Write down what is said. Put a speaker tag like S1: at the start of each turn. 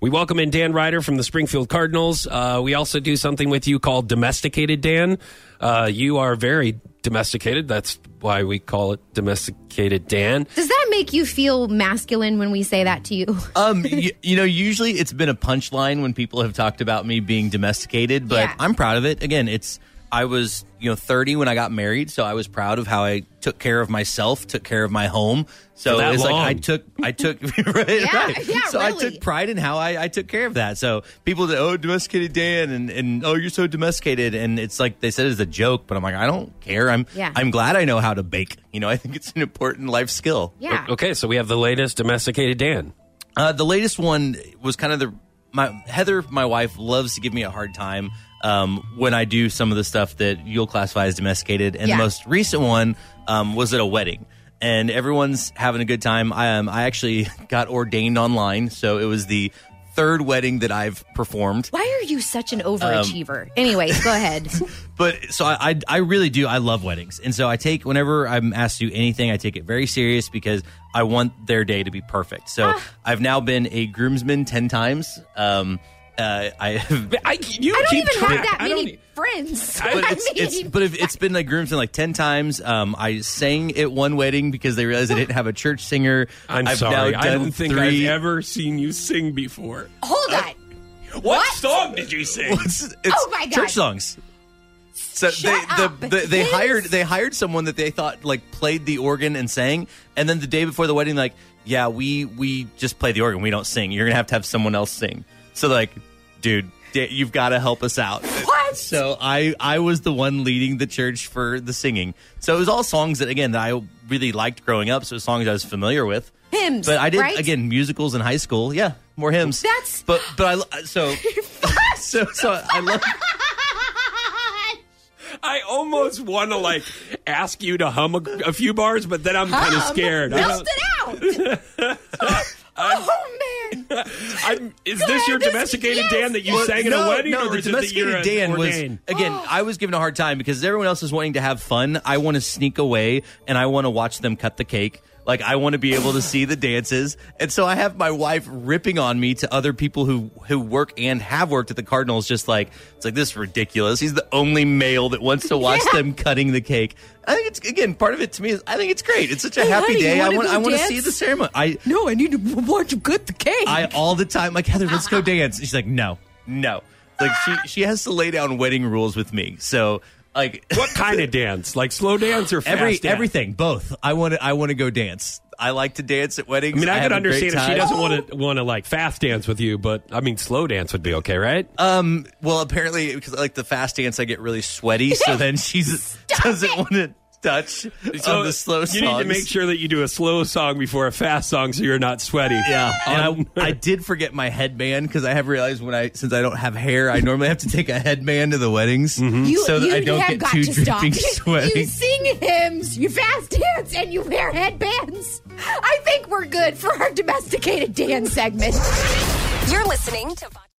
S1: We welcome in Dan Ryder from the Springfield Cardinals. Uh, we also do something with you called Domesticated Dan. Uh, you are very domesticated. That's why we call it Domesticated Dan.
S2: Does that make you feel masculine when we say that to you?
S3: Um, you, you know, usually it's been a punchline when people have talked about me being domesticated, but
S2: Yeah.
S3: I'm proud of it. Again, it's I was you know 30 when I got married, so I was proud of how I took care of myself, took care of my home. So
S1: For that
S3: it's
S1: long.
S3: like I took I took right, right.
S2: yeah,
S3: so I
S2: really.
S3: took pride in how I, I took care of that. So people that oh domesticated Dan and and oh you're so domesticated and it's like they said it's a joke, but I'm like I don't care. I'm
S2: Yeah.
S3: I'm glad I know how to bake. You know, I think it's an important life skill.
S2: Yeah.
S1: Okay, so we have the latest Domesticated Dan.
S3: Uh, the latest one was kind of the my Heather, my wife, loves to give me a hard time um, when I do some of the stuff that you'll classify as domesticated. And
S2: Yeah.
S3: the most recent one um, was at a wedding, and everyone's having a good time. I um, I actually got ordained online, so it was the third wedding that I've performed.
S2: Why are you such an
S3: Um,
S2: overachiever? Anyways, go ahead.
S3: But so I, I, I really do. I love weddings, and so I take whenever I'm asked to do anything, I take it very serious because I want their day to be perfect. So
S2: Ah.
S3: I've now been a groomsman ten times. Um, uh, I have.
S1: I, you
S2: I don't
S1: keep
S2: even have
S1: track.
S2: that
S1: I don't
S2: many
S1: e-
S2: friends.
S3: But
S2: I
S3: it's, it's
S2: mean-
S3: but if- it's been like groomsman like ten times. Um, I sang at one wedding because they realized I didn't have a church singer.
S1: I'm
S3: I've
S1: sorry.
S3: Now
S1: I
S3: done
S1: don't think
S3: three,
S1: I've ever seen you sing before.
S2: hold on.
S1: What, song did you sing?
S3: It's, it's
S2: Oh my God.
S3: church songs. So
S2: Shut
S3: they,
S2: up,
S3: the, the, they
S2: Vince.
S3: hired they hired someone that they thought like played the organ and sang, and then the day before the wedding, like, yeah, we we just play the organ, we don't sing. You're gonna have to have someone else sing. So like, dude, d- you've got to help us out.
S2: What?
S3: So I I was the one leading the church for the singing. So it was all songs that again that I really liked growing up. So it was songs I was familiar with.
S2: Hymns,
S3: but I did
S2: right?
S3: again musicals in high school. Yeah, more hymns.
S2: That's-
S3: but but I so so so I love.
S1: I almost want to like ask you to hum a, a few bars, but then I'm kind of scared. I
S2: Bust
S1: don't-
S2: it out. oh man.
S1: I'm- is this your
S2: This-
S1: domesticated
S2: yes.
S1: Dan that you
S3: Well,
S1: sang at
S3: no,
S1: a wedding,
S3: no,
S1: or
S3: the
S1: is it that you're
S3: domesticated Dan
S1: ordained?
S3: was again.
S2: Oh.
S3: I was given a hard time because everyone else is wanting to have fun. I want to sneak away and I want to watch them cut the cake. Like I want to be able to see the dances, and so I have my wife ripping on me to other people who who work and have worked at the Cardinals. Just like it's like this is ridiculous. He's the only male that wants to watch them cutting the cake. I think it's again part of it to me is I think it's great. It's such a
S2: Hey,
S3: happy
S2: honey, you
S3: day. I
S2: wanna
S3: want
S2: go
S3: I want to
S2: dance?
S3: see the ceremony. I
S2: No, I need to watch you cut the cake.
S3: I all the time like Heather, let's go dance. She's like, no, no. Like she she has to lay down wedding rules with me. So like
S1: What kind of dance? Like slow dance or fast
S3: every
S1: dance?
S3: everything, both. I want to I want to go dance. I like to dance at weddings.
S1: I mean, I,
S3: have
S1: could
S3: a great
S1: understand if she
S3: time.
S1: doesn't want to want to like fast dance with you, but I mean, slow dance would be okay, right?
S3: Uh, Well, apparently because like the fast dance, I get really sweaty. So then she doesn't want to touch on the slow
S1: Oh, you
S3: songs.
S1: need to make sure that you do a slow song before a fast song, so you're not sweaty.
S3: Yeah,
S1: Um,
S3: and I, I did forget my headband because I have realized when I since I don't have hair, I normally have to take a headband to the weddings
S1: Mm-hmm.
S2: you,
S3: so that
S2: you
S3: I don't
S2: have
S3: get
S2: got
S3: too
S2: to stop.
S3: dripping sweaty.
S2: You sing hymns, you fast dance, and you wear headbands. I think we're good for our domesticated Dan segment.
S4: You're listening to